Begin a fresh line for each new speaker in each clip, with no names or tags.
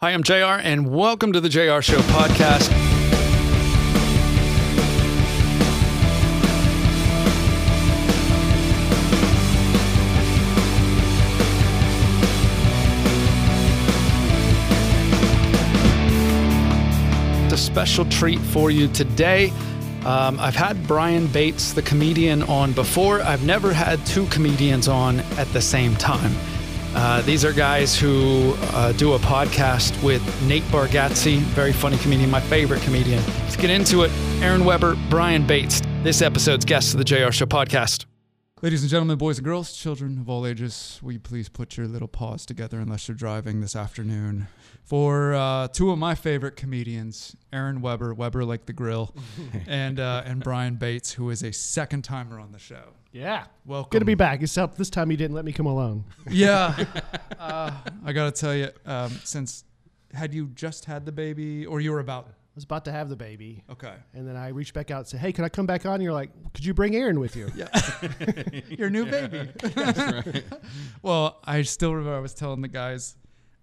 Hi, I'm JR, and welcome to the JR Show podcast. A special treat for you today. Um, I've had Brian Bates, the comedian, on before. I've never had two comedians on at the same time. Uh, these are guys who uh, do a podcast with Nate Bargatze, very funny comedian, my favorite comedian. Let's get into it. Aaron Weber, Brian Bates, this episode's guest of the JR Show podcast.
Ladies and gentlemen, boys and girls, children of all ages, will you please put your little paws together unless you're driving this afternoon for uh, two of my favorite comedians, Aaron Weber, Weber like the grill, and uh, and Brian Bates, who is a second timer on the show.
Yeah.
Welcome.
Good to be back, except this time you didn't let me come alone.
Yeah. Uh, I gotta tell you, um, since had you just had the baby, or you were about?
I was about to have the baby,
Okay.
and then I reached back out and said, "Hey, can I come back on?" And you're like, "Could you bring Aaron with you?"
Yeah. Your new baby. well, I still remember I was telling the guys,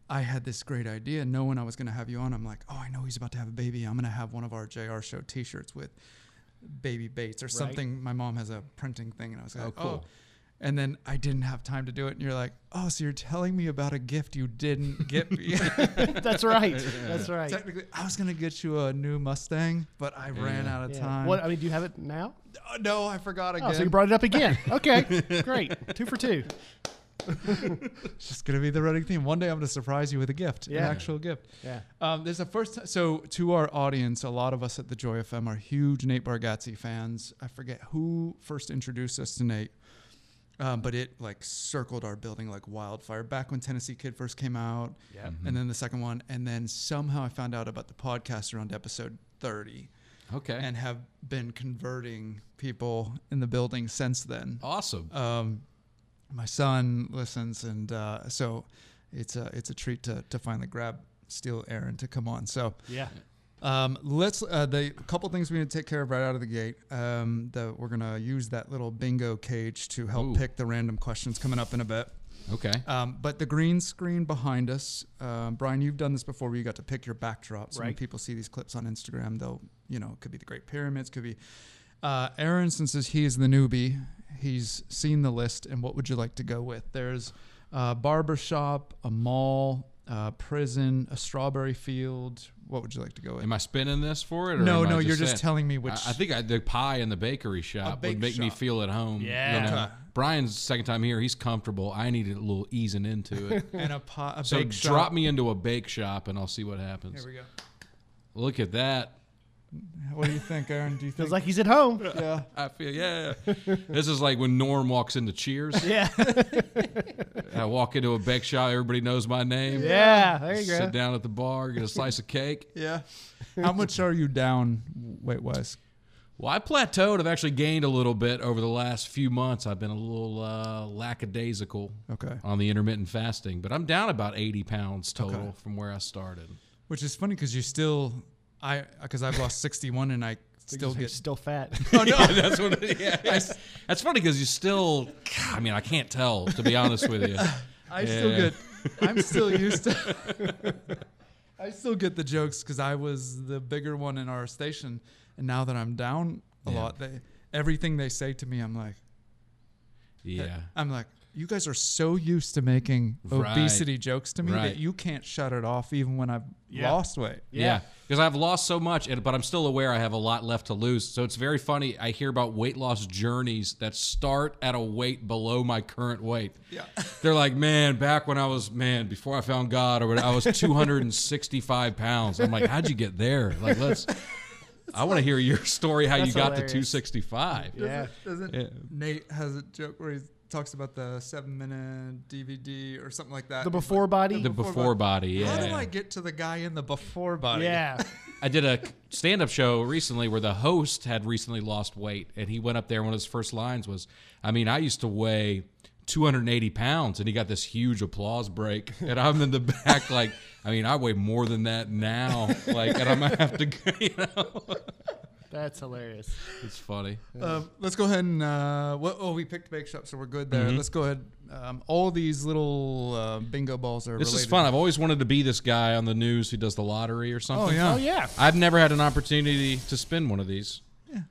I had this great idea knowing I was going to have you on. I'm like, oh, I know he's about to have a baby. I'm going to have one of our JR show t shirts with baby Bates or something. My mom has a printing thing. And I was like, oh,
cool.
And then I didn't have time to do it. And you're like, oh, so you're telling me about a gift you didn't get me.
That's right. That's right.
Technically, I was going to get you a new Mustang, but I ran out of
Yeah.
time.
What I mean, do you have it now?
Oh, no, I forgot again.
Oh, so you brought it up again. Okay, great. Two for two.
It's just gonna be the running theme. One day I'm gonna surprise you with a gift,
Yeah.
an actual gift.
Yeah.
Um, there's a first. T- so to our audience, a lot of us at the Joy FM are huge Nate Bargatze fans. I forget who first introduced us to Nate, um, but it like circled our building like wildfire. Back when Tennessee Kid first came out, yeah,
Mm-hmm.
and then the second one, and then somehow I found out about the podcast around episode 30,
Okay.
and have been converting people in the building since then
awesome.
um, my son listens, and uh, so it's a it's a treat to to finally grab steal Aaron to come on. So
Yeah.
um, let's uh, the couple things we need to take care of right out of the gate. Um, that we're gonna use that little bingo cage to help
Ooh.
pick the random questions coming up in a bit.
okay.
Um, but the green screen behind us, um, Brian, you've done this before where you got to pick your backdrops. When
Right.
people see these clips on Instagram, they'll, you know, it could be the Great Pyramids, could be. Uh, Aaron, since is- he is the newbie, he's seen the list, and what would you like to go with? There's a barbershop, a mall, a prison, a strawberry field. What would you like to go with?
Am I spinning this for it? Or
No,
am I
no, you're just
saying-
telling me which-
I, I think I, the pie in the bakery shop
bake
would make me
shop.
feel at home.
Yeah.
Okay.
Brian's second time here. He's comfortable. I needed a little easing into it.
and a, pot, a
so
bake shop.
drop me into a bake shop and I'll see what happens.
Here we go.
Look at that.
What do you think, Aaron? Do you think?
Feels like he's at home.
yeah.
I feel yeah. this is like when Norm walks into Cheers.
Yeah.
I walk into a bake shop. Everybody knows my name.
Yeah. There you
Sit
go.
down at the bar, get a slice of cake.
Yeah. How much are you down weight wise?
Well, I plateaued. I've actually gained a little bit over the last few months. I've been a little uh, lackadaisical
Okay.
on the intermittent fasting, but I'm down about 80 pounds total
Okay.
from where I started.
Which is funny because you still, I because I've lost 61 and I still
He's
get.
still fat.
Oh no, that's what. Yeah, that's funny because you still. God, I mean, I can't tell to be honest with you.
I still
Yeah.
get. I'm still used to. I still get the jokes because I was the bigger one in our station, and now that I'm down a lot, they everything they say to me, I'm like,
Yeah,
I'm like, you guys are so used to making
Right.
obesity jokes to me
Right.
that you can't shut it off even when I've lost weight.
yeah. Because I've lost so much, and, but I'm still aware I have a lot left to lose. So it's very funny. I hear about weight loss journeys that start at a weight below my current weight. Yeah. They're like, man, back when I was, man, before I found God or whatever, I was 265 pounds. I'm like, how'd you get there? Like, let's. I want to hear your story how you
That's
got
hilarious.
to 265.
Yeah.
Doesn't Nate has a joke where he talks about the seven minute DVD or something like that?
The before body.
The before body, yeah.
How do I get to the guy in the before body?
yeah.
I did a stand-up show recently where the host had recently lost weight, and he went up there. and One of his first lines was, "I mean, I used to weigh 280 pounds," and he got this huge applause break. And I'm in the back, like, I mean, I weigh more than that now. Like, and I'm gonna have to, go, you know,
That's hilarious.
It's funny.
Um, let's go ahead and uh, what, oh, we picked bake shop, so we're good
Mm-hmm.
there. Let's go ahead. Um, all these little uh, bingo balls are.
This
related.
is fun. I've always wanted to be this guy on the news who does the lottery or something.
Oh yeah.
Oh yeah.
I've never had an opportunity to spin one of these.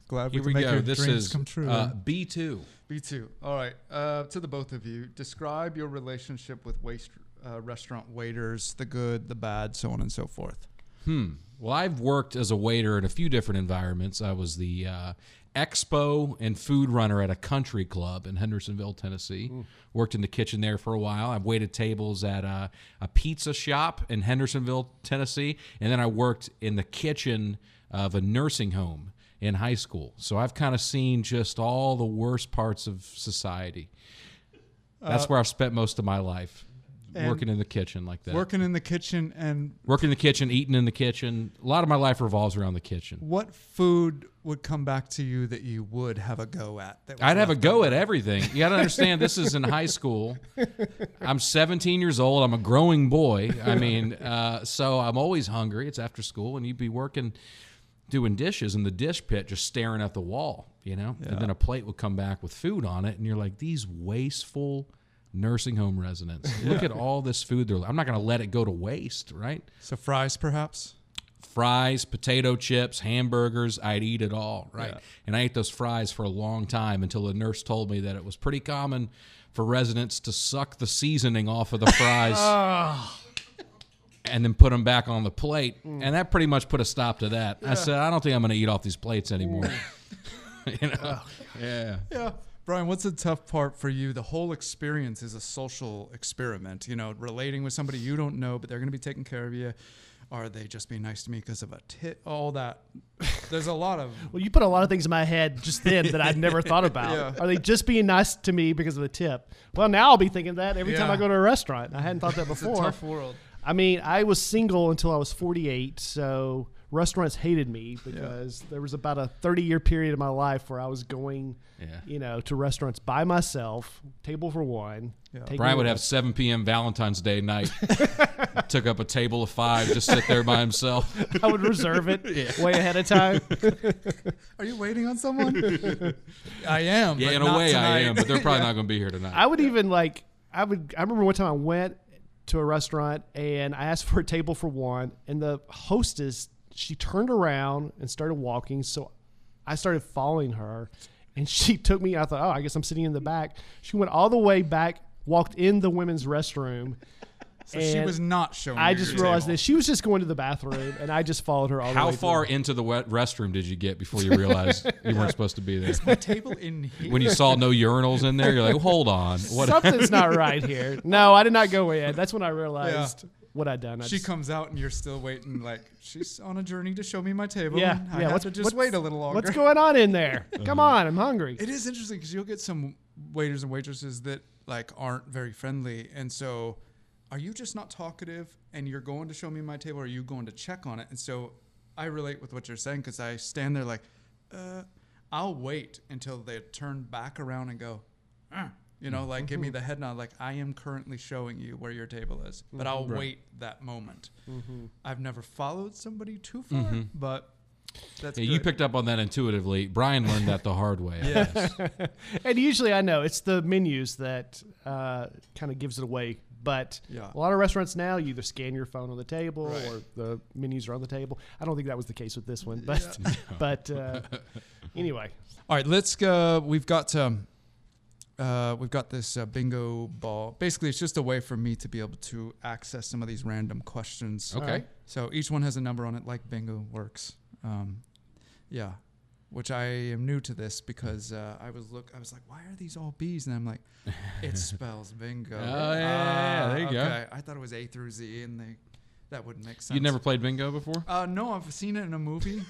Glad
Here
we
we
can make
go.
your
This
dreams
is
come true.
uh, B2.
B two. All right. Uh, to the both of you, describe your relationship with waste uh, restaurant waiters, the good, the bad, so on and so forth.
Well, I've worked as a waiter in a few different environments. I was the uh, expo and food runner at a country club in Hendersonville, Tennessee. Worked in the kitchen there for a while. I've waited tables at a, a pizza shop in Hendersonville, Tennessee. And then I worked in the kitchen of a nursing home in high school. So I've kind of seen just all the worst parts of society. That's where I've spent most of my life, working in the kitchen like that.
Working in the kitchen, and
Working in the kitchen, eating in the kitchen. A lot of my life revolves around the kitchen.
what food would come back to you that you would have a go at? That was
I'd have a
left
go at everything. You got to understand, this is in high school. I'm 17 years old. I'm a growing boy. I mean, uh, so I'm always hungry. It's after school, and you'd be working, doing dishes in the dish pit, just staring at the wall, you know? And then a plate would come back with food on it, and you're like, these wasteful nursing home residents. Look at all this food. They're, I'm not going to let it go to waste, right?
So fries, perhaps.
fries, potato chips, hamburgers. I'd eat it all, right? And I ate those fries for a long time until the nurse told me that it was pretty common for residents to suck the seasoning off of the fries. And then put them back on the plate,
Mm.
and that pretty much put a stop to that. I said, I don't think I'm going to eat off these plates anymore. you know, yeah.
Mm. Yeah. Brian, what's the tough part for you? The whole experience is a social experiment. You know, relating with somebody you don't know, but they're going to be taking care of you. Are they just being nice to me because of a tit? All that. There's a lot of.
Well, you put a lot of things in my head just then that I'd never thought about. Are they just being nice to me because of the tip? Well, now I'll be thinking that every time
Yeah.
I go to a restaurant. I hadn't thought that before.
tough world.
I mean, I was single until I was 48, so restaurants hated me because there was about a 30 year period of my life where I was going,
Yeah.
you know, to restaurants by myself, table for one. taking
Brian would
a-
have 7 p.m. Valentine's Day night. Took up a table of five, just sit there by himself.
I would reserve it way ahead of time.
Are you waiting on someone? I am.
Yeah,
but
in a
not
way I
tonight.
am, but they're probably not going to be here tonight.
I would even like I would I remember one time I went to a restaurant and I asked for a table for one and the hostess she turned around and started walking so I started following her and she took me I thought oh I guess I'm sitting in the back she went all the way back walked in the women's restroom
so she
and
was not showing.
I
you
just
your
realized
table.
that she was just going to the bathroom and I just followed her all the
How
way through.
far into the wet restroom did you get before you realized you weren't supposed to be there?
The table in here.
When you saw no urinals in there, you're like, hold on. What?
something's not right here no I did not go in that's when I realized what I'd done I
she
just-
comes out and you're still waiting. Like she's on a journey to show me my table.
Yeah,
and I
yeah.
have
what's-
to just
what's-
wait a little longer.
What's going on in there? Come on, I'm hungry.
It is interesting because you'll get some waiters and waitresses that like aren't very friendly, and so are you just not talkative? And you're going to show me my table, or are you going to check on it? And so I relate with what you're saying because I stand there like, uh, I'll wait until they turn back around and go, "Uh," you know, like give me the head nod, like I am currently showing you where your table is, but I'll wait that moment. I've never followed somebody too far, but that's
Yeah, you
good.
picked up on that intuitively. Brian learned that the hard way. I guess.
And usually I know it's the menus that uh, kind of gives it away. But
Yeah.
a lot of restaurants now, you either scan your phone on the table
Right.
or the menus are on the table. I don't think that was the case with this one, but but uh, anyway,
All right, let's go. We've got um, uh, we've got this uh, bingo ball. Basically, it's just a way for me to be able to access some of these random questions.
Okay.
right.
So each one has a number on it, like bingo works. Um, yeah, which I am new to this because uh, I was look, I was like, why are these all B's? And I'm like, it spells bingo.
Oh, yeah, yeah, yeah,
Ah,
there you go.
okay. I thought it was A through Z, and they that wouldn't make sense.
You never played bingo before?
Uh, no, I've seen it in a movie.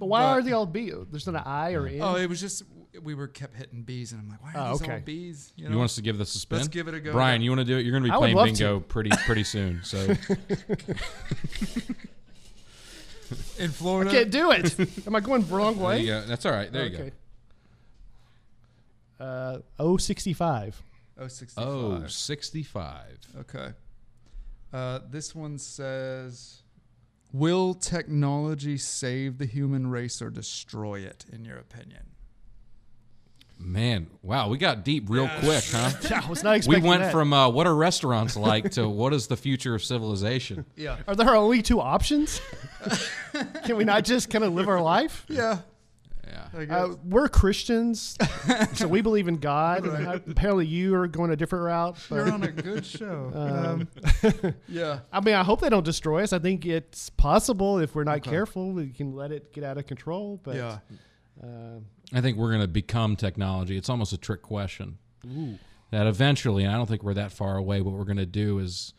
but why
But-
are they all B? There's not an I or N.
Oh, it was just we were kept hitting bees, and I'm like, why are
Oh,
these all
okay.
bees?
You, want us to give this a spin?
Let's give it a go.
Brian, you want to do it? You're going to
I
be
would love
playing bingo pretty pretty soon. So
in Florida?
Can't do it. Am I going the wrong
there
way?
you go. That's all right. There you go.
Uh, 065.
Oh, 65.
Oh, 65.
Okay. Uh, this one says, Will technology save the human race or destroy it, in your opinion?
Man, wow, we got deep real quick, huh?
Yeah, I was not
We
expecting
went
that.
from uh, what are restaurants like to what is the future of civilization?
Yeah.
Are there only two options? Can we not just kind of live our life?
Yeah.
Yeah.
I guess.
Uh, we're Christians, so we believe in God. Apparently, you are going a different route.
You're
But,
on a good show. Um, yeah.
I mean, I hope they don't destroy us. I think it's possible if we're not
Okay.
careful, we can let it get out of control. But
yeah.
uh,
I think we're going to become technology. It's almost a trick question. That eventually, and I don't think we're that far away, what we're going to do is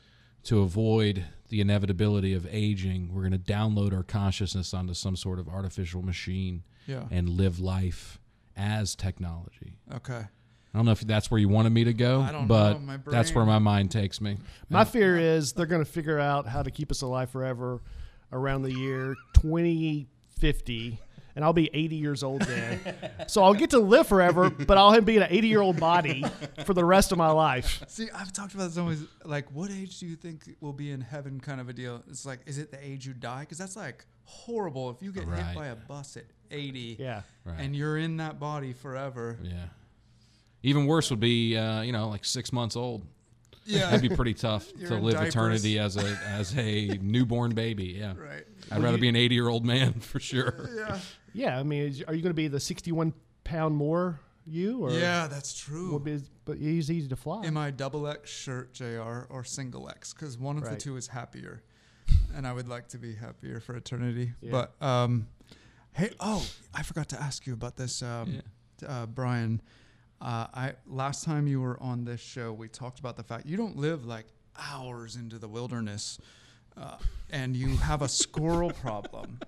to avoid the inevitability of aging, we're going to download our consciousness onto some sort of artificial machine
Yeah.
and live life as technology.
Okay.
I don't know if that's where you wanted me to go,
I don't
but
know, my
that's where
brain-
my mind takes me.
my fear is they're going to figure out how to keep us alive forever around the year 2050. And I'll be 80 years old then. so I'll get to live forever, but I'll be in an 80 year old body for the rest of my life.
See, I've talked about this always. Like, what age do you think will be in heaven? Kind of a deal. It's like, is it the age you die? Because that's like horrible. If you get
Right.
hit by a bus at 80,
Yeah.
Right.
and you're in that body forever.
Yeah. Even worse would be, uh, you know, like six months old.
Yeah.
That'd be pretty tough
You're
to
in
live
diapers.
eternity as a as a newborn baby. Yeah,
right.
I'd rather be an eighty year old man for sure.
Yeah.
Yeah, I mean, is, are you going to be the sixty-one pound more you? Or
Yeah, that's true.
will be, but he's easy to fly.
Am I double X shirt, JR, or single X? Because one of the
Right.
two is happier. and I would like to be happier for eternity.
Yeah.
But, um, hey, oh, I forgot to ask you about this, um,
Yeah.
t- uh, Brian. Uh, I Last time you were on this show, we talked about the fact you don't live like hours into the wilderness. Uh, and you have a squirrel problem.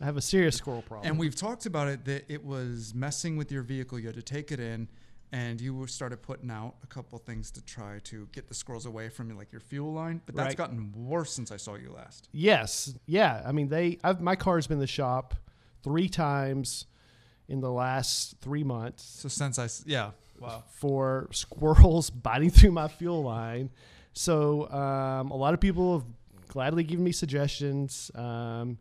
I have a serious squirrel problem.
And we've talked about it that it was messing with your vehicle. You had to take it in, and you were started putting out a couple things to try to get the squirrels away from like your fuel line. But that's
Right.
gotten worse since I saw you last.
yes, yeah. I mean, they. I've, my car's been in the shop three times in the last three months
So since I s- yeah wow
for squirrels biting through my fuel line. So um, a lot of people have gladly given me suggestions. Um,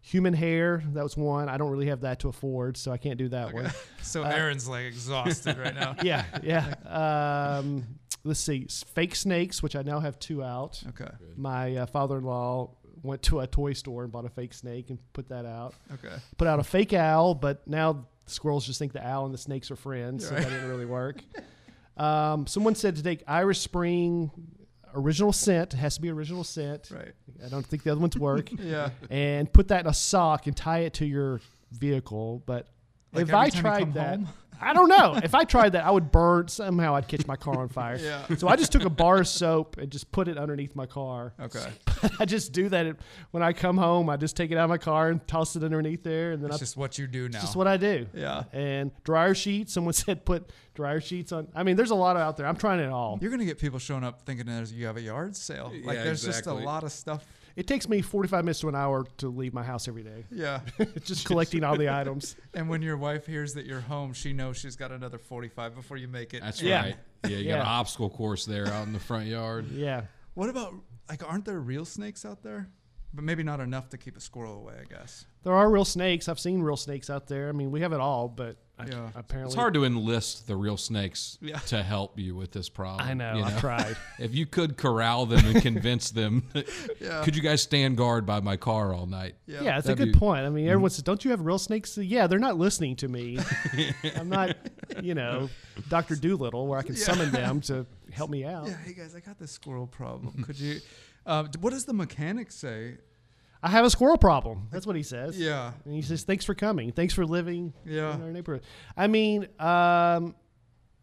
human hair, that was one. I don't really have that to afford, so I can't do that one.
so Aaron's like exhausted right now.
yeah, yeah. Um, let's see, S- fake snakes, which I now have two out.
Okay
My uh, father-in-law went to a toy store and bought a fake snake and put that out.
okay
Put out a fake owl, but now the squirrels just think the owl and the snakes are friends, so
Right.
that didn't really work. Um, someone said to take Irish Spring original scent. It has to be original scent.
right
I don't think the other ones work.
yeah.
and put that in a sock and tie it to your vehicle, but.
Like
if
every
I
time you come
tried that,
home?
I don't know. If I tried that, I would burn somehow. I'd catch my car on fire.
Yeah.
So I just took a bar of soap and just put it underneath my car.
Okay.
I just do that it- when I come home. I just take it out of my car and toss it underneath there, and then
That's
I,
just what you do now.
it's just what I do.
yeah.
And dryer sheets. Someone said put dryer sheets on. I mean, there's a lot out there. I'm trying it all.
You're gonna get people showing up thinking there's you have a yard sale. Like
Yeah,
there's just
exactly.
a lot of stuff.
It takes me 45 minutes to an hour to leave my house every day.
Yeah.
Just collecting all the items.
and when your wife hears that you're home, she knows she's got another 45 before you make it.
That's
Yeah.
right. Yeah, you got
Yeah.
an obstacle course there out in the front yard.
Yeah.
What about like aren't there real snakes out there? But maybe not enough to keep a squirrel away, I guess.
There are real snakes. I've seen real snakes out there. I mean, we have it all, but I-
Yeah.
apparently
It's hard to enlist the real snakes
Yeah.
to help you with this problem.
I know.
you
I tried.
If you could corral them and convince them, could you guys stand guard by my car all night?
Yeah, it's a
That'd
good
be- Mm-hmm.
point. I mean, everyone says, "Don't you have real snakes?" Yeah, they're not listening to me. I'm not, you know, Doctor Doolittle, where I can summon them to help me out.
Yeah, hey guys, I got this squirrel problem. Could you uh, d- what does the mechanic say?
I have a squirrel problem. That's what he says.
Yeah.
and he says, "Thanks for coming. Thanks for living
Yeah.
in our neighborhood." I mean, um,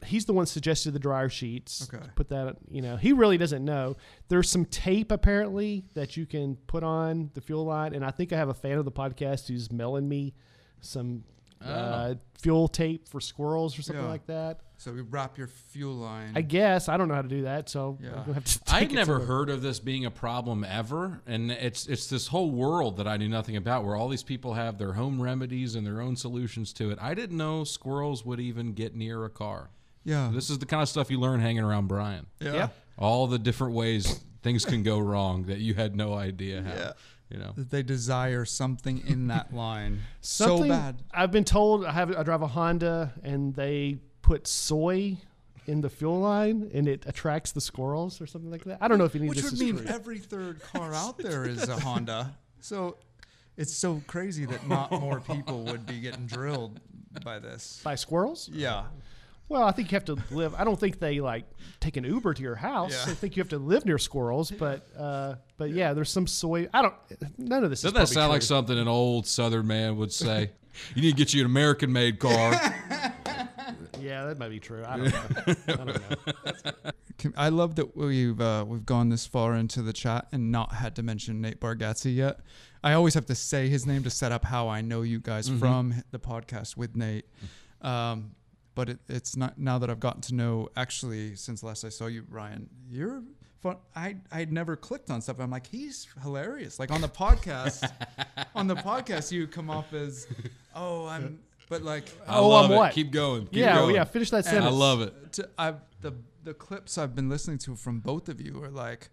he's the one suggested the dryer sheets.
Okay.
put that. You know, he really doesn't know. There's some tape apparently that you can put on the fuel line, and I think I have a fan of the podcast who's mailing me some uh, fuel tape for squirrels or something
Oh. Yeah.
like that.
So we wrap your fuel line.
I guess I don't know how to do that, so
Yeah.
I'm gonna have to.
I
take
would
it
never
to the-
heard of this being a problem ever, and it's it's this whole world that I knew nothing about, where all these people have their home remedies and their own solutions to it. I didn't know squirrels would even get near a car.
yeah.
This is the kind of stuff you learn hanging around Brian.
yeah.
Yeah.
All the different ways things can go wrong that you had no idea how.
Yeah.
You know,
that they desire something in that line so
Something-
bad.
I've been told I have I drive a Honda and they put soy in the fuel line and it attracts the squirrels or something like that. I don't know if any of
Which
this
would
is
mean
true.
every third car out there is a Honda. So it's so crazy that not more people would be getting drilled by this.
by squirrels.
Yeah.
Well, I think you have to live. I don't think they like take an Uber to your house.
Yeah.
I think you have to live near squirrels, but uh, but yeah, there's some soy. I don't. None of this.
doesn't
is
that sound
probably
like something an old Southern man would say? you need to get you an American-made car.
true. Yeah, that might be true. I don't know. I don't know.
Can- I love that we've uh, we've gone this far into the chat and not had to mention Nate Bargatze yet. I always have to say his name to set up how I know you guys from the podcast with Nate. Um, but it, it's not now that I've gotten to know actually since last I saw you, Ryan. You're fun. I I'd never clicked on stuff. I'm like he's hilarious. Like on the podcast, on the podcast you come off as oh I'm but like
I
Oh,
love
I'm
it.
what?
Keep going. Keep
oh,
yeah, well,
going.
yeah. Finish that
And
sentence.
I love it.
to, I've the the clips I've been listening to from both of you are like,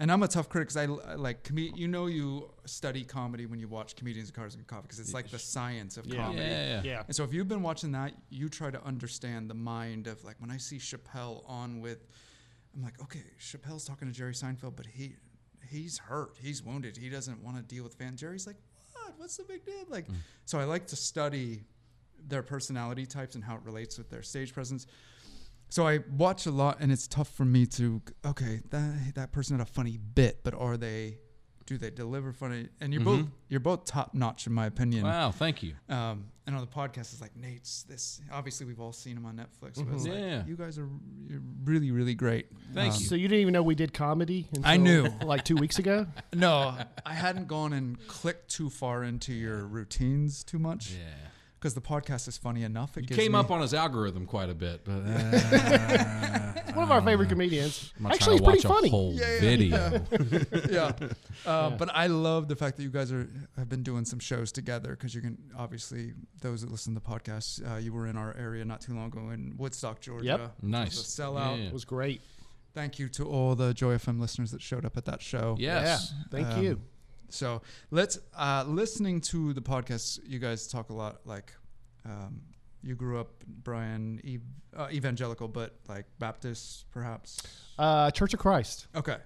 and I'm a tough critic because I, I like com- you know you study comedy when you watch comedians in cars and coffee because it's like the science of
Yeah.
Yeah,
comedy.
yeah, yeah.
Yeah.
And so if you've been watching that, you try to understand the mind of like when I see Chappelle on with, I'm like, okay, Chappelle's talking to Jerry Seinfeld, but he he's hurt, he's wounded, he doesn't want to deal with fans. Jerry's like, what? What's the big deal? Like, so I like to study their personality types and how it relates with their stage presence. So I watch a lot, and it's tough for me to okay that that person had a funny bit, but are they? Do they deliver funny? And you're both you're both top notch in my opinion.
Wow, thank you.
Um, and on the podcast, it's like Nate's this. Obviously, we've all seen him on Netflix. But it's
Mm-hmm. Yeah.
like, you guys are you're really, really great. Um,
Thank
So you didn't even know we did comedy. Until,
I knew.
like two weeks ago.
you. No, I hadn't gone and clicked too far into your routines too much.
Yeah.
Because the podcast is funny enough. It
You
gives
came
me-
up on his algorithm quite a bit. But, uh,
One of our favorite comedians.
I'm not
Actually,
trying
it's
to watch
pretty funny.
a whole
yeah,
video.
yeah. Uh, But I love the fact that you guys are have been doing some shows together because you can obviously those that listen to the podcast, uh, you were in our area not too long ago in Woodstock, Georgia. which was
Nice.
a sellout.
Yeah.
It was great.
Thank you to all the Joy FM listeners that showed up at that show.
Yes.
Yeah. Thank
Um,
you.
So let's uh, listening to the podcast. You guys talk a lot like um, you grew up, Brian, ev- uh, evangelical, but like Baptist, perhaps.
Uh, Church of Christ.
Okay,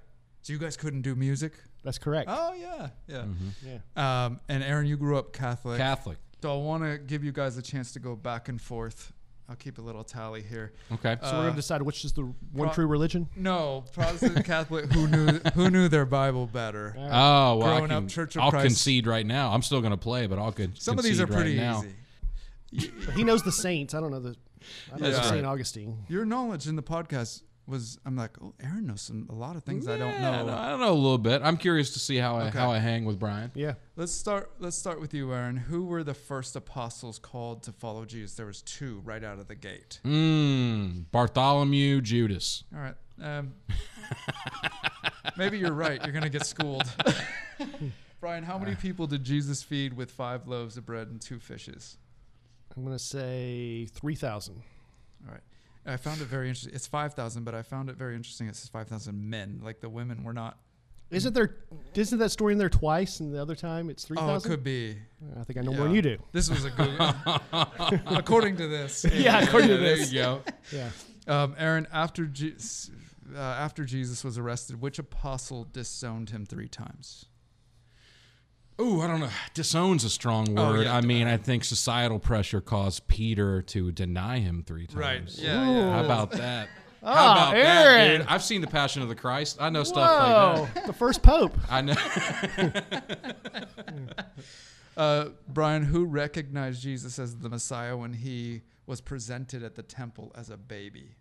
so you guys couldn't do music.
That's correct.
Oh yeah, yeah.
Yeah.
Um, and Aaron, you grew up Catholic.
Catholic.
so I want to give you guys a chance to go back and forth. I'll keep a little tally here.
Okay.
So we're
Uh,
gonna decide which is the one
pro-
true religion.
No, Protestant Catholic who knew who knew their Bible better.
oh, well, I
growing up
can-
Church of
I'll
Christ.
concede right now. I'm still going to play, but I'll concede
Some of these are
right
pretty
now.
easy.
But he knows the saints. I don't know the. I know
Yeah.
Saint Augustine.
Your knowledge in the podcast was I'm like, oh, Aaron knows some a lot of things I don't
Yeah,
know.
no, I don't know a little bit. I'm curious to see how I how I hang with Brian.
Yeah.
Let's start let's start with you, Aaron. Who were the first apostles called to follow Jesus? There was two right out of the gate.
Mm, Bartholomew Judas.
All right. Um, maybe you're right. You're gonna get schooled. Brian, how many people did Jesus feed with five loaves of bread and two fishes?
I'm gonna say three thousand.
All right. I found it very interesting. It's five thousand, but I found it very interesting. It says five thousand men. Like the women were not. oh,
Isn't there? Isn't that story in there twice? And the other time it's three
Oh, it
thousand.
could be.
I think I know
Yeah.
more than you do.
This was a Google. according to this.
Yeah, according to this.
There you go.
Yeah.
Um, Aaron, after Je- s- uh, after Jesus was arrested, which apostle disowned him three times?
Ooh, I don't know. Disowns a strong word.
yeah.
I mean, I think societal pressure caused Peter to deny him three times.
Yeah.
How about that?
Ah,
How about that,
Aaron.
dude? I've seen The Passion of the Christ. I know stuff like
Whoa!
that.
the first pope.
I know.
Uh, Brian, who recognized Jesus as the Messiah when he was presented at the temple as a baby?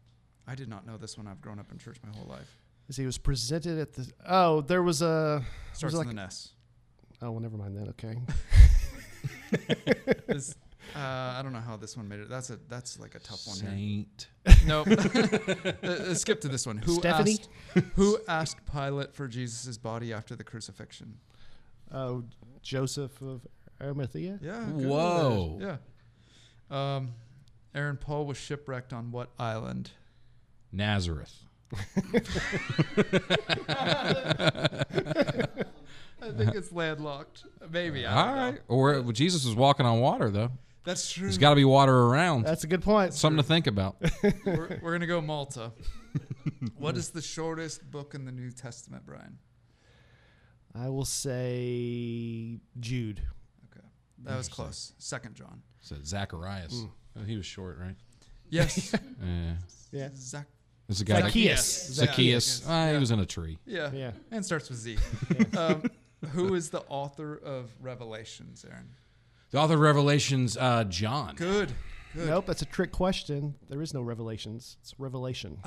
I did not know this one. I've grown up in church my whole life.
As he was presented at the. Oh, there was a.
Starts
like-
with an S.
Oh well, never mind that. Okay.
This, uh, I don't know how this one made it. That's a that's like a tough one. Here.
Saint.
Nope. Uh, skip to this one. Who
Stephanie?
asked? Who asked Pilate for Jesus' body after the crucifixion?
Oh, Joseph of Arimathea.
Yeah.
good. Whoa.
Yeah. Um, Aaron Paul was shipwrecked on what island?
Nazareth.
I think it's landlocked. Maybe. I
All
don't know.
right. Or well, Jesus was walking on water, though.
That's true.
There's got to be water around.
That's a good point.
Something to think about.
we're, we're gonna go Malta. what is the shortest book in the New Testament, Brian?
I will say Jude.
Okay, that was close. Second John.
So Zacharias. Oh, he was short, right?
Yes.
Yeah.
Yeah.
Zach.
There's a guy. that-
Zacchaeus.
Zacchaeus.
Zacchaeus.
Ah, He was in a tree.
Yeah.
Yeah.
And starts with Z. Um, who is the author of Revelations, Aaron?
The author of Revelations, uh, John.
Good. Good.
Nope, that's a trick question. There is no revelations. It's revelation.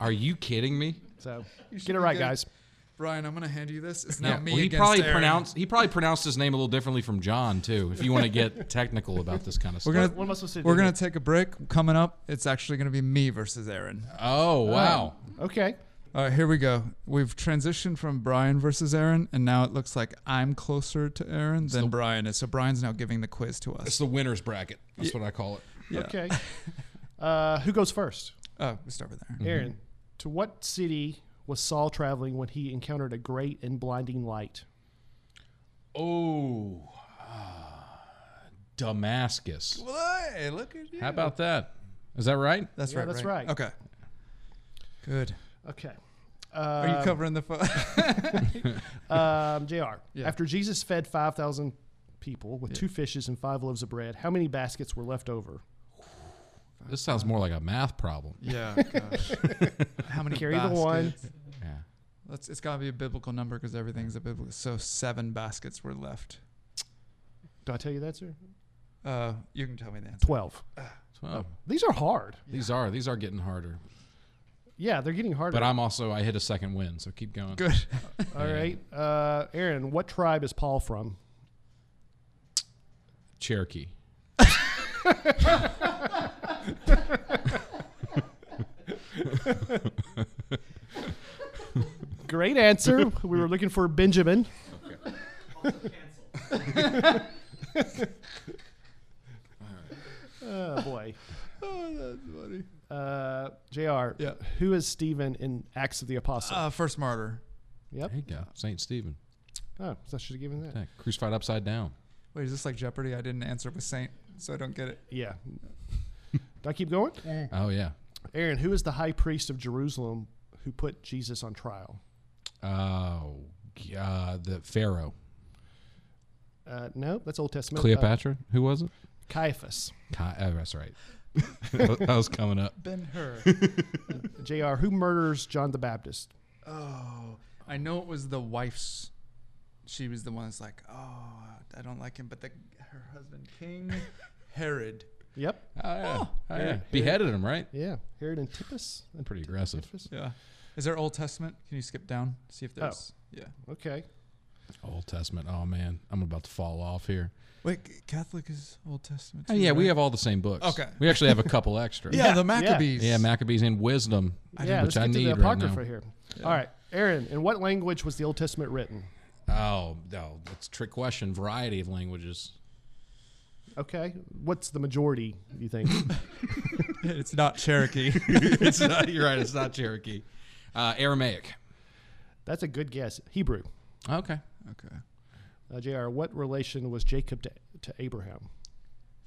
Are you kidding me?
So
should
get
be
it right,
Ah, good.
guys.
Brian, I'm gonna hand you this. It's now me
well, he
against
probably
Aaron.
pronounced he probably pronounced his name a little differently from John too. If you want to get technical about this kind of
We're
stuff.
gonna.
What am I supposed to do
We're gonna
here?
take a break. Coming up, it's actually gonna be me versus Aaron.
oh wow!
Okay.
All right, here we go. We've transitioned from Brian versus Aaron, and now it looks like I'm closer to Aaron than Brian is. So Brian's now giving the quiz to
It's
us.
the winners bracket. That's what I call it.
Yeah.
Okay. Uh, who goes first?
Oh, we start with Aaron.
Aaron, to what city was Saul traveling when he encountered a great and blinding light?
Oh, ah, Damascus.
Well, hey, look at you.
How about that? Is that right?
That's
Yeah,
right.
that's right.
Okay. Good.
Okay.
Are you covering the phone?
Um, JR,
Yeah.
after Jesus fed 5,000 people with two fishes and five loaves of bread, how many baskets were left over?
This sounds more like a math problem.
yeah. Gosh. How many?
Carry the one.
baskets?
Yeah.
Let's, it's gotta be a biblical number because everything's a biblical. So seven baskets were left.
Do I tell you that, sir?
Uh, you can tell me the answer.
12.
Well,
These are hard.
These are these are getting harder.
Yeah, they're getting harder.
But I'm also I hit a second win, so keep going.
Good.
All right. Uh, Aaron, what tribe is Paul from?
Cherokee.
Great answer. we were looking for Benjamin. oh, boy.
oh, that's funny.
Uh, JR,
Yeah.
who is Stephen in Acts of the Apostle?
Uh, first martyr.
yep.
There you go. Saint Stephen.
Oh, so I should have given that.
Yeah, crucified upside down.
Wait, is this like Jeopardy? I didn't answer with Saint, so I don't get it.
Yeah. Do I keep going?
Oh yeah.
Aaron, who is the high priest of Jerusalem who put Jesus on trial?
Oh, uh, the Pharaoh.
Uh, no, that's Old Testament. Uh,
Cleopatra. Who was it?
Caiaphas.
Ki- oh, that's right. that was coming up.
Ben Hur.
JR, who murders John the Baptist?
Oh, I know it was the wife's. She was the one that's like, oh, I don't like him, but the her husband King Herod.
Yep.
Oh, yeah. Oh, yeah. Beheaded him, right?
Yeah. Herod Antipas.
Pretty aggressive.
Antipas?
Yeah. Is there Old Testament? Can you skip down see if there's? Yeah.
Okay.
Old Testament. Oh man, I'm about to fall off here.
Wait, C- Catholic is Old Testament.
Oh,
too,
yeah, we
right?
have all the same books.
Okay.
We actually have a couple extra.
Yeah, the Maccabees.
Yeah, Maccabees and Wisdom,
yeah, let's
which I
get to
need
the
right
Apocrypha
now.
here. All right. Aaron, in what language was the Old Testament written?
Oh, no, that's a trick question. Variety of languages.
Okay. What's the majority, do you think?
it's not Cherokee.
it's not, you're right. It's not Cherokee. Uh, Aramaic.
that's a good guess. Hebrew.
Okay.
okay.
Uh, JR, what relation was Jacob to, to Abraham?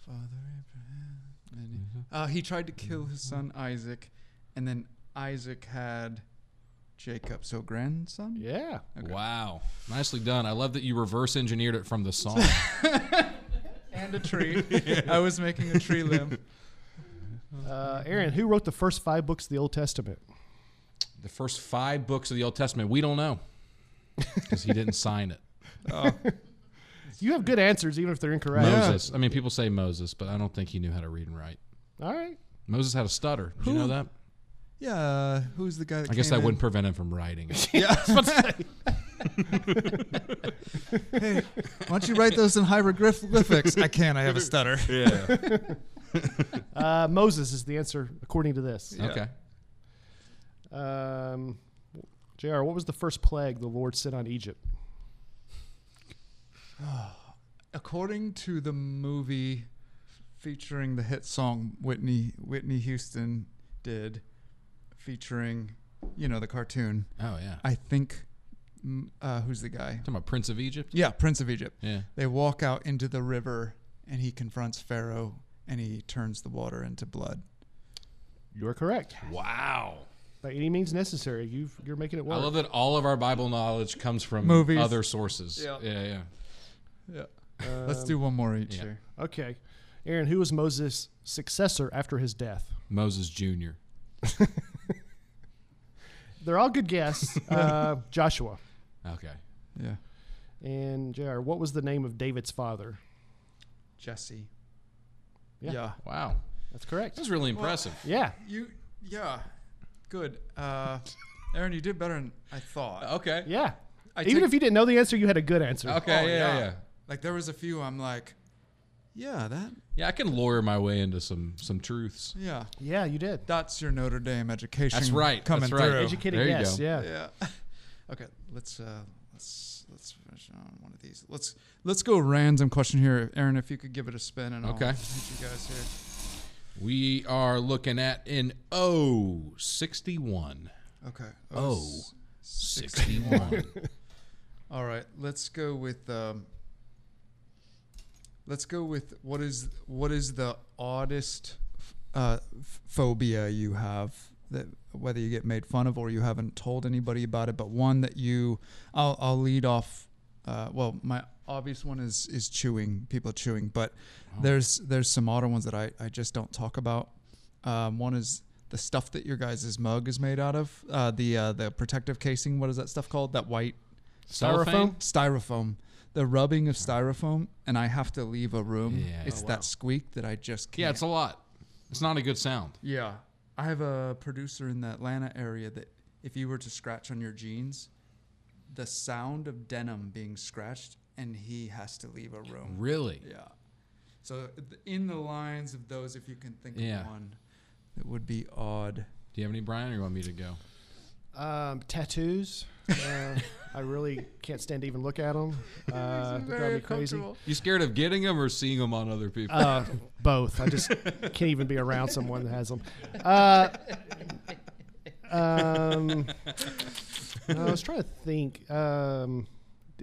Father Abraham. and he- Uh, he tried to kill his son Isaac, and then Isaac had Jacob, so grandson.
Yeah. Uh,
Wow. Nicely done. I love that you reverse engineered it from the song.
And a tree. I was making a tree limb.
Uh,
Mm-hmm.
Aaron, who wrote the first five books of the Old Testament?
the first five books of the Old Testament, we don't know because he didn't sign it.
You have good answers, even if they're incorrect.
Moses. I mean, people say Moses, but I don't think he knew how to read and write.
All right.
Moses had a stutter. Did you know that?
Yeah, uh, who's the guy? That
I guess
came
that
in?
wouldn't prevent him from writing. it.
Hey, why don't you write those in hieroglyphics? I can't. I have a stutter.
Uh, Moses is the answer according to this.
Okay.
Um, JR, what was the first plague the Lord sent on Egypt?
According to the movie featuring the hit song Whitney Whitney Houston did, featuring you know, the cartoon.
Oh yeah.
I think, mm, uh, who's the guy?
Talking about Prince of Egypt.
Yeah, Prince of Egypt.
Yeah.
They walk out into the river and he confronts Pharaoh and he turns the water into blood.
You are correct.
Wow.
By any means necessary, you you're making it work.
I love that all of our Bible knowledge comes from
Movies.
other sources.
Yeah.
yeah, yeah.
Yeah. Let's do one more each
yeah.
here.
Okay, Aaron, who was Moses' successor after his death?
Moses Jr.
They're all good guesses. uh, Joshua
Okay.
Yeah.
and Jr. What was the name of David's father?
Jesse.
Yeah.
yeah.
Wow.
That's correct.
That's really impressive.
Yeah.
You yeah. Good. Uh Aaron, you did better than I thought.
okay.
Yeah.
I
Even
take-
if you didn't know the answer, you had a good answer.
Okay.
Oh,
yeah, yeah, yeah.
Like there was a few I'm like, yeah, that
I can lawyer my way into some some truths.
yeah.
Yeah, you did.
That's your Notre Dame education.
That's right,
Coming
that's right.
through.
Educated
There you
guess.
go.
Yeah.
yeah. Okay, let's uh let's let's finish on one of these. Let's let's go random question here. Aaron, if you could give it a spin and
Okay.
I'll hit you guys here.
We are looking at an O sixty one.
Okay.
Oh,
s-
Sixty one.
All right, let's go with um, let's go with what is what is the oddest uh, f- phobia you have that whether you get made fun of or you haven't told anybody about it, but one that you I'll I'll lead off. Uh, well, my obvious one is is chewing people chewing, but there's there's some odder ones that I I just don't talk about. Um, one is the stuff that your guys' mug is made out of. Uh, the uh, the protective casing. What is that stuff called? That white
Cellophane.
styrofoam the rubbing of styrofoam and i have to leave a room
Yeah.
it's
Oh,
that squeak that i just can't
Yeah, it's a lot. It's not a good sound.
yeah i have a producer in the atlanta area that if you were to scratch on your jeans the sound of denim being scratched and he has to leave a room
Really.
yeah so th- in the lines of those if you can think
Yeah.
of one it would be odd
Do you have any, Brian, or you want me to go?
Um, tattoos. Uh, I really can't stand to even look at them. Uh, they drive me crazy.
You scared of getting them or seeing them on other people?
Uh, both. I just can't even be around someone that has them. Uh, um, uh, I was trying to think. Um,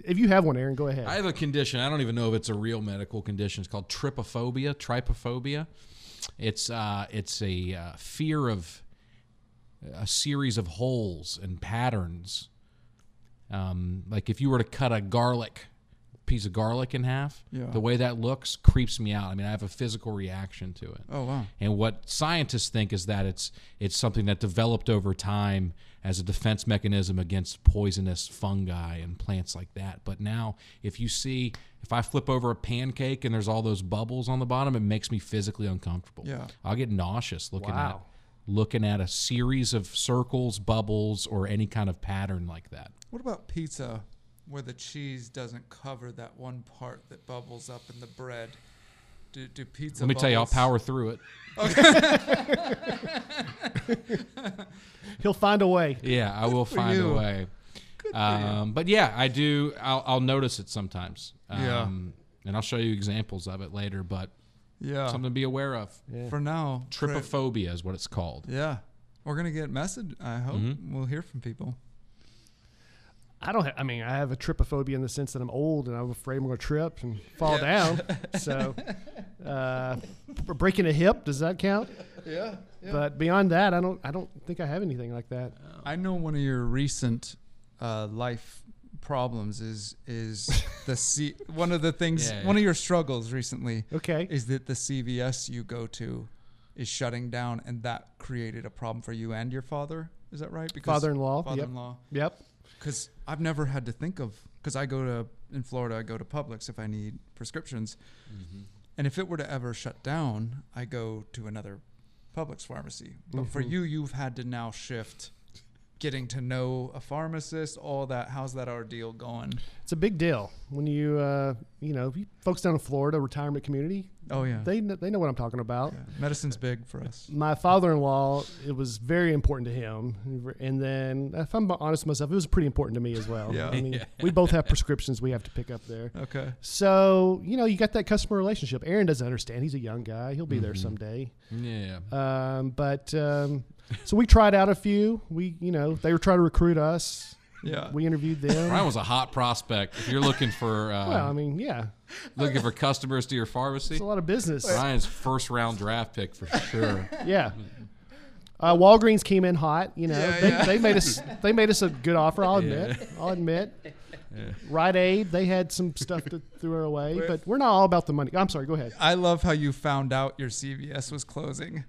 if you have one, Aaron, go ahead.
I have a condition. I don't even know if it's a real medical condition. It's called trypophobia. Trypophobia. It's uh, it's a uh, fear of a series of holes and patterns. Um, like if you were to cut a garlic piece of garlic in half,
Yeah.
the way that looks creeps me out. I mean, I have a physical reaction to it.
oh wow
And what scientists think is that it's it's something that developed over time as a defense mechanism against poisonous fungi and plants like that. But now, if you see, if I flip over a pancake and there's all those bubbles on the bottom, it makes me physically uncomfortable.
Yeah.
I'll get nauseous looking
Wow.
at looking at a series of circles, bubbles, or any kind of pattern like that.
What about pizza where the cheese doesn't cover that one part that bubbles up in the bread? Do, do pizza
Let me tell you, I'll
bubbles-
power through it.
He'll find a way.
Yeah, I will find
you.
a way. Um, but yeah, I do. I'll, I'll notice it sometimes.
Yeah.
Um, and I'll show you examples of it later. But
Yeah.
something to be aware of.
For now. tra-
Trypophobia is what it's called.
yeah. We're going to get message. I hope
Mm-hmm.
we'll hear from people.
I don't. Ha- I mean, I have a trypophobia in the sense that I'm old and I'm afraid I'm going to trip and fall down. So, uh, b- breaking a hip does that count?
Yeah.
But beyond that, I don't. I don't think I have anything like that.
I know one of your recent uh, life problems is is the C- one of the things
Yeah,
one
yeah.
of your struggles recently
Okay.
is that the CVS you go to is shutting down and that created a problem for you and your father is that right because
Father-in-law, yep.
father-in-law
Yep.
because I've never had to think of because I go to in Florida I go to Publix if I need prescriptions, and if it were to ever shut down, I go to another Publix pharmacy. But for you, you've had to now shift getting to know a pharmacist, all that. How's that ordeal going?
It's a big deal when you uh, you know you folks down in Florida retirement community.
Oh yeah,
They kn- they know what I'm talking about.
Yeah. medicine's big for us.
My father-in-law, it was very important to him, and then if I'm honest with myself, it was pretty important to me as well.
Yeah.
I mean, we both have prescriptions we have to pick up there.
Okay.
So you know you got that customer
Mm-hmm.
relationship. Aaron doesn't understand. He's a young guy. He'll be there someday.
Yeah.
Um, but um, So we tried out a few. We, you know, they were trying to recruit us.
Yeah.
We interviewed them.
Brian was a hot prospect. If you're looking for uh,
Well, I mean, yeah,
looking for customers to your pharmacy,
it's a lot of business.
Brian's first round draft pick for sure.
Yeah. Uh, Walgreens came in hot, you know.
Yeah,
they,
yeah.
they made us they made us a good offer. I'll admit. I'll admit. Rite Aid, they had some stuff that threw our way, but we're not all about the money. I'm sorry. Go ahead.
I love how you found out your CVS was closing.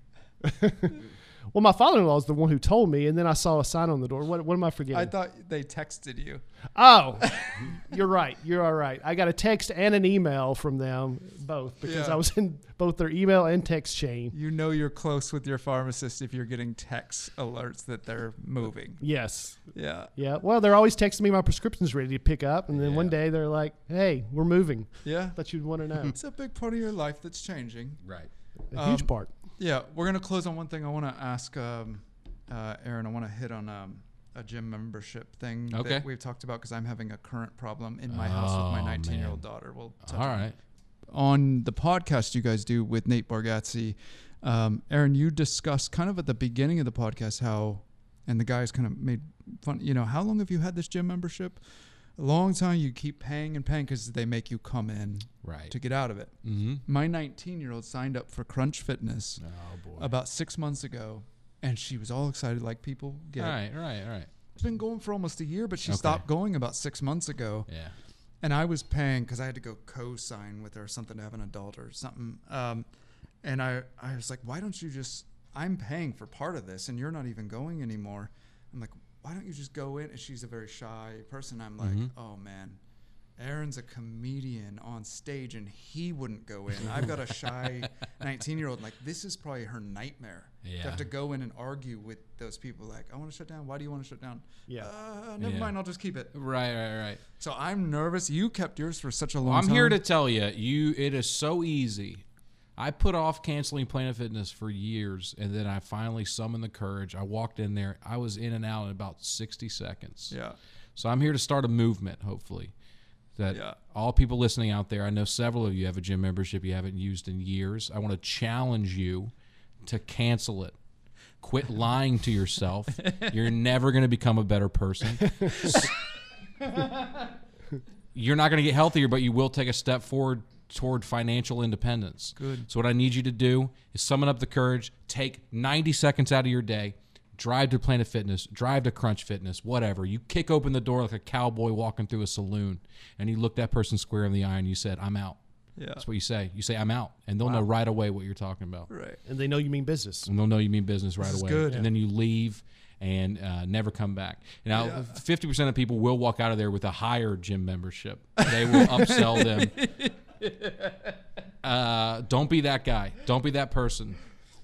Well, my father-in-law is the one who told me, and then I saw a sign on the door. What, what am I forgetting?
I thought they texted you.
oh, you're right. You're all right. I got a text and an email from them both because
Yeah.
I was in both their email and text chain.
You know you're close with your pharmacist if you're getting text alerts that they're moving.
Yes.
Yeah.
Yeah. Well, they're always texting me my prescription's ready to pick up, and then one
Yeah.
day they're like, "Hey, we're moving."
Yeah.
That you'd want to know.
It's a big part of your life that's changing.
Right.
A huge part.
Yeah, we're gonna close on one thing. I want to ask um, uh, Aaron. I want to hit on um, a gym membership thing
Okay.
that we've talked about because I'm having a current problem in my house with my
Oh,
19 year old
man.
daughter. We'll touch
All right.
on the podcast you guys do with Nate Bargatze, um, Aaron, you discussed kind of at the beginning of the podcast how, and the guys kind of made fun. You know, how long have you had this gym membership? A long time. You keep paying and paying because they make you come in
Right.
to get out of it.
Mm-hmm.
My 19 year old signed up for Crunch Fitness
Oh boy.
about six months ago, and she was all excited like people get.
All right. All right. All right.
It's been going for almost a year, but she
Okay.
stopped going about six months ago
Yeah.
and I was paying because I had to go co-sign with her or something to have an adult or something. Um, and I, I was like, why don't you just? I'm paying for part of this, and you're not even going anymore. I'm like, why don't you just go in? And she's a very shy person. I'm like,
Mm-hmm.
oh man, Aaron's a comedian on stage, and he wouldn't go in. I've got a shy 19 year old. Like, this is probably her nightmare. To
Yeah.
have to go in and argue with those people. Like, I want to shut down. Why do you want to shut down?
Yeah.
Uh, never
Yeah.
mind. I'll just keep it.
Right. Right. Right.
So I'm nervous. You kept yours for such a long
I'm
time.
here to tell you, you it is so easy. I put off canceling Planet Fitness for years, and then I finally summoned the courage. I walked in there. I was in and out in about 60 seconds.
Yeah.
So I'm here to start a movement, hopefully, that
Yeah.
all people listening out there. I know several of you have a gym membership you haven't used in years. I want to challenge you to cancel it. Quit lying to yourself. You're never going to become a better person. You're not going to get healthier, but you will take a step forward toward financial independence. Good. So what I need you to do is summon up the courage, take 90 seconds out of your day, drive to Planet Fitness, drive to Crunch Fitness, whatever. You kick open the door like a cowboy walking through a saloon and you look that person square in the eye and you said, "I'm out."
Yeah.
That's what you say. You say, "I'm out." And they'll know right away what you're talking about
Right.
And they know you mean business.
and they'll know you mean business right
is
away.
good.
And then you leave and uh, never come back. Now, fifty percent of people will walk out of there with a higher gym membership. They will upsell them. Uh, don't be that guy. Don't be that person.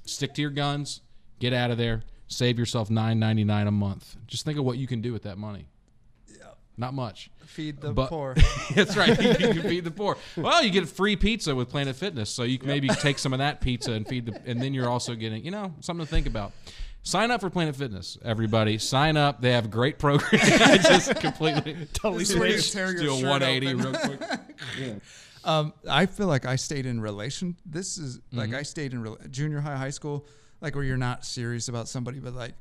Stick to your guns. Get out of there. Save yourself nine ninety nine a month. Just think of what you can do with that money. Not much.
Feed the
But-
poor.
That's right. You can feed the poor. Well, you get free pizza with Planet Fitness, so you can maybe take some of that pizza and feed the. And then you're also getting, you know, something to think about. Sign up for Planet Fitness, everybody. Sign up. They have great programs. I just completely
Totally
is where you
switched.
tear your
do a
shirt
180
open.
real quick.
Um, I feel like I stayed in relation. This is like
Mm-hmm.
I stayed in rela- junior high, high school, like where you're not serious about somebody, but like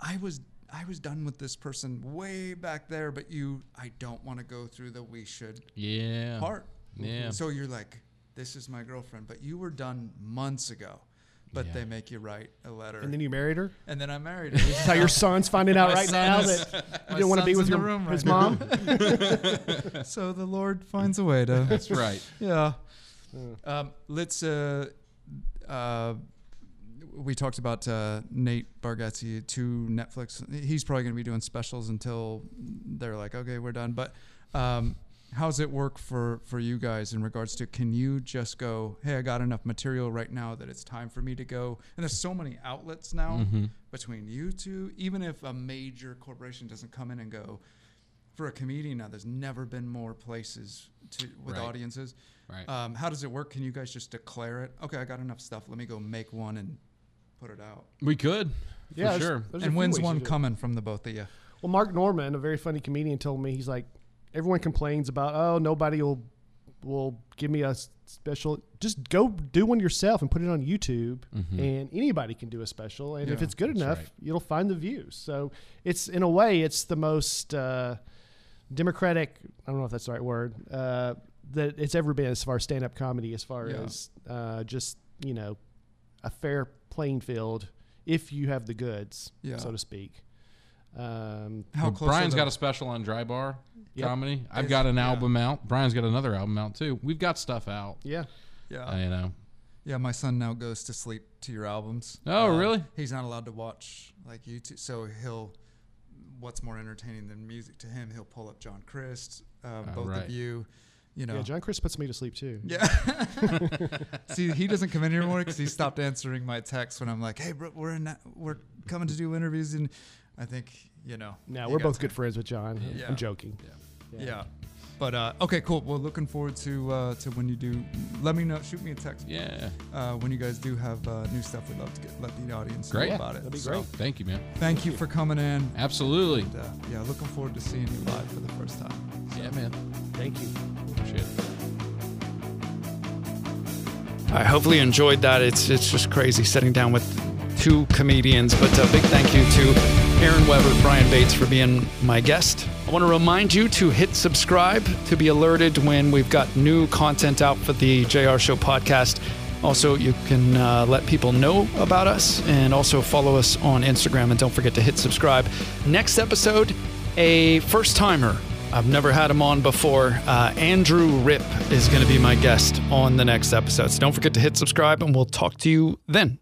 I was, I was done with this person way back there. But you, I don't want to go through the we should
Yeah.
part.
Yeah.
So you're like, this is my girlfriend, but you were done months ago. But
Yeah.
they make you write a letter,
And then you married her.
and then I married her.
That's how your son's finding out
My
right now
son's-
that
My
you didn't want to be
son's
with
in
your
the room
his
right now.
mom.
So the Lord finds a way to.
That's right.
yeah. Um, let's. Uh, uh, we talked about uh, Nate Bargatze to Netflix. He's probably going to be doing specials until they're like, okay, we're done. But um, how's it work for for you guys in regards to? Can you just go? Hey, I got enough material right now that it's time for me to go. And there's so many outlets now between you two. Even if a major corporation doesn't come in and go, for a comedian now, there's never been more places to with
Right.
audiences.
Right.
Um, how does it work? Can you guys just declare it? Okay, I got enough stuff. Let me go make one and put it out.
We could.
Yeah,
for
there's-
sure.
there's a
and
few
when's
ways
one
to do it.
coming from the both of you?
Well, Mark Norman, a very funny comedian, told me he's like, everyone complains about oh nobody will will give me a s- special. Just go do one yourself and put it on YouTube, and anybody can do a special. And if
Mm-hmm. Yeah,
it's good
that's
enough,
right.
you'll find the views. So it's in a way, it's the most uh, democratic. I don't know if that's the right word. Uh, that it's ever been as far as stand-up comedy, as far
Yeah.
as uh, just you know a fair playing field if you have the goods,
Yeah.
so to speak. Um,
How
Well,
close?
Brian's
are
got a
the-
special on Dry Bar
Yep.
comedy. I've
There's-
got an
yeah.
album out. Brian's got another album out too. We've got stuff out.
yeah.
yeah.
Uh, you know.
Yeah, my son now goes to sleep to your albums. Uh,
Oh, really?
He's not allowed to watch like YouTube, so he'll. What's more entertaining than music to him? He'll pull up John Christ, um,
Oh,
both
right.
of you. You know,
Yeah, John Chris puts me to sleep too.
Yeah. See, he doesn't come in anymore because he stopped answering my texts when I'm like, "Hey, bro, we're in, that- we're coming to do interviews," and I think you know.
No,
he
we're
got
both
time.
good friends with John.
Yeah.
I'm joking.
Yeah. But uh, okay, cool. Well, looking forward to uh, to when you do. Let me know. Shoot me a text
Yeah.
uh, when you guys do have uh, new stuff. We'd love to get, let the audience
Great.
know
Yeah,
about it.
that'd be
So,
great.
Thank you, man.
thank you for coming in.
Absolutely.
And, uh, yeah, looking forward to seeing you live for the first time.
Yeah, man.
Thank you.
Appreciate it.
I hopefully you enjoyed that. It's it's just crazy sitting down with two comedians. But a big thank you to Aaron Weber, Brian Bates for being my guest. I want to remind you to hit subscribe to be alerted when we've got new content out for the JR Show podcast. Also, you can uh, let people know about us and also follow us on Instagram. And don't forget to hit subscribe. Next episode, a first timer. I've never had him on before. Uh, Andrew Rip is going to be my guest on the next episode. So don't forget to hit subscribe, and we'll talk to you then.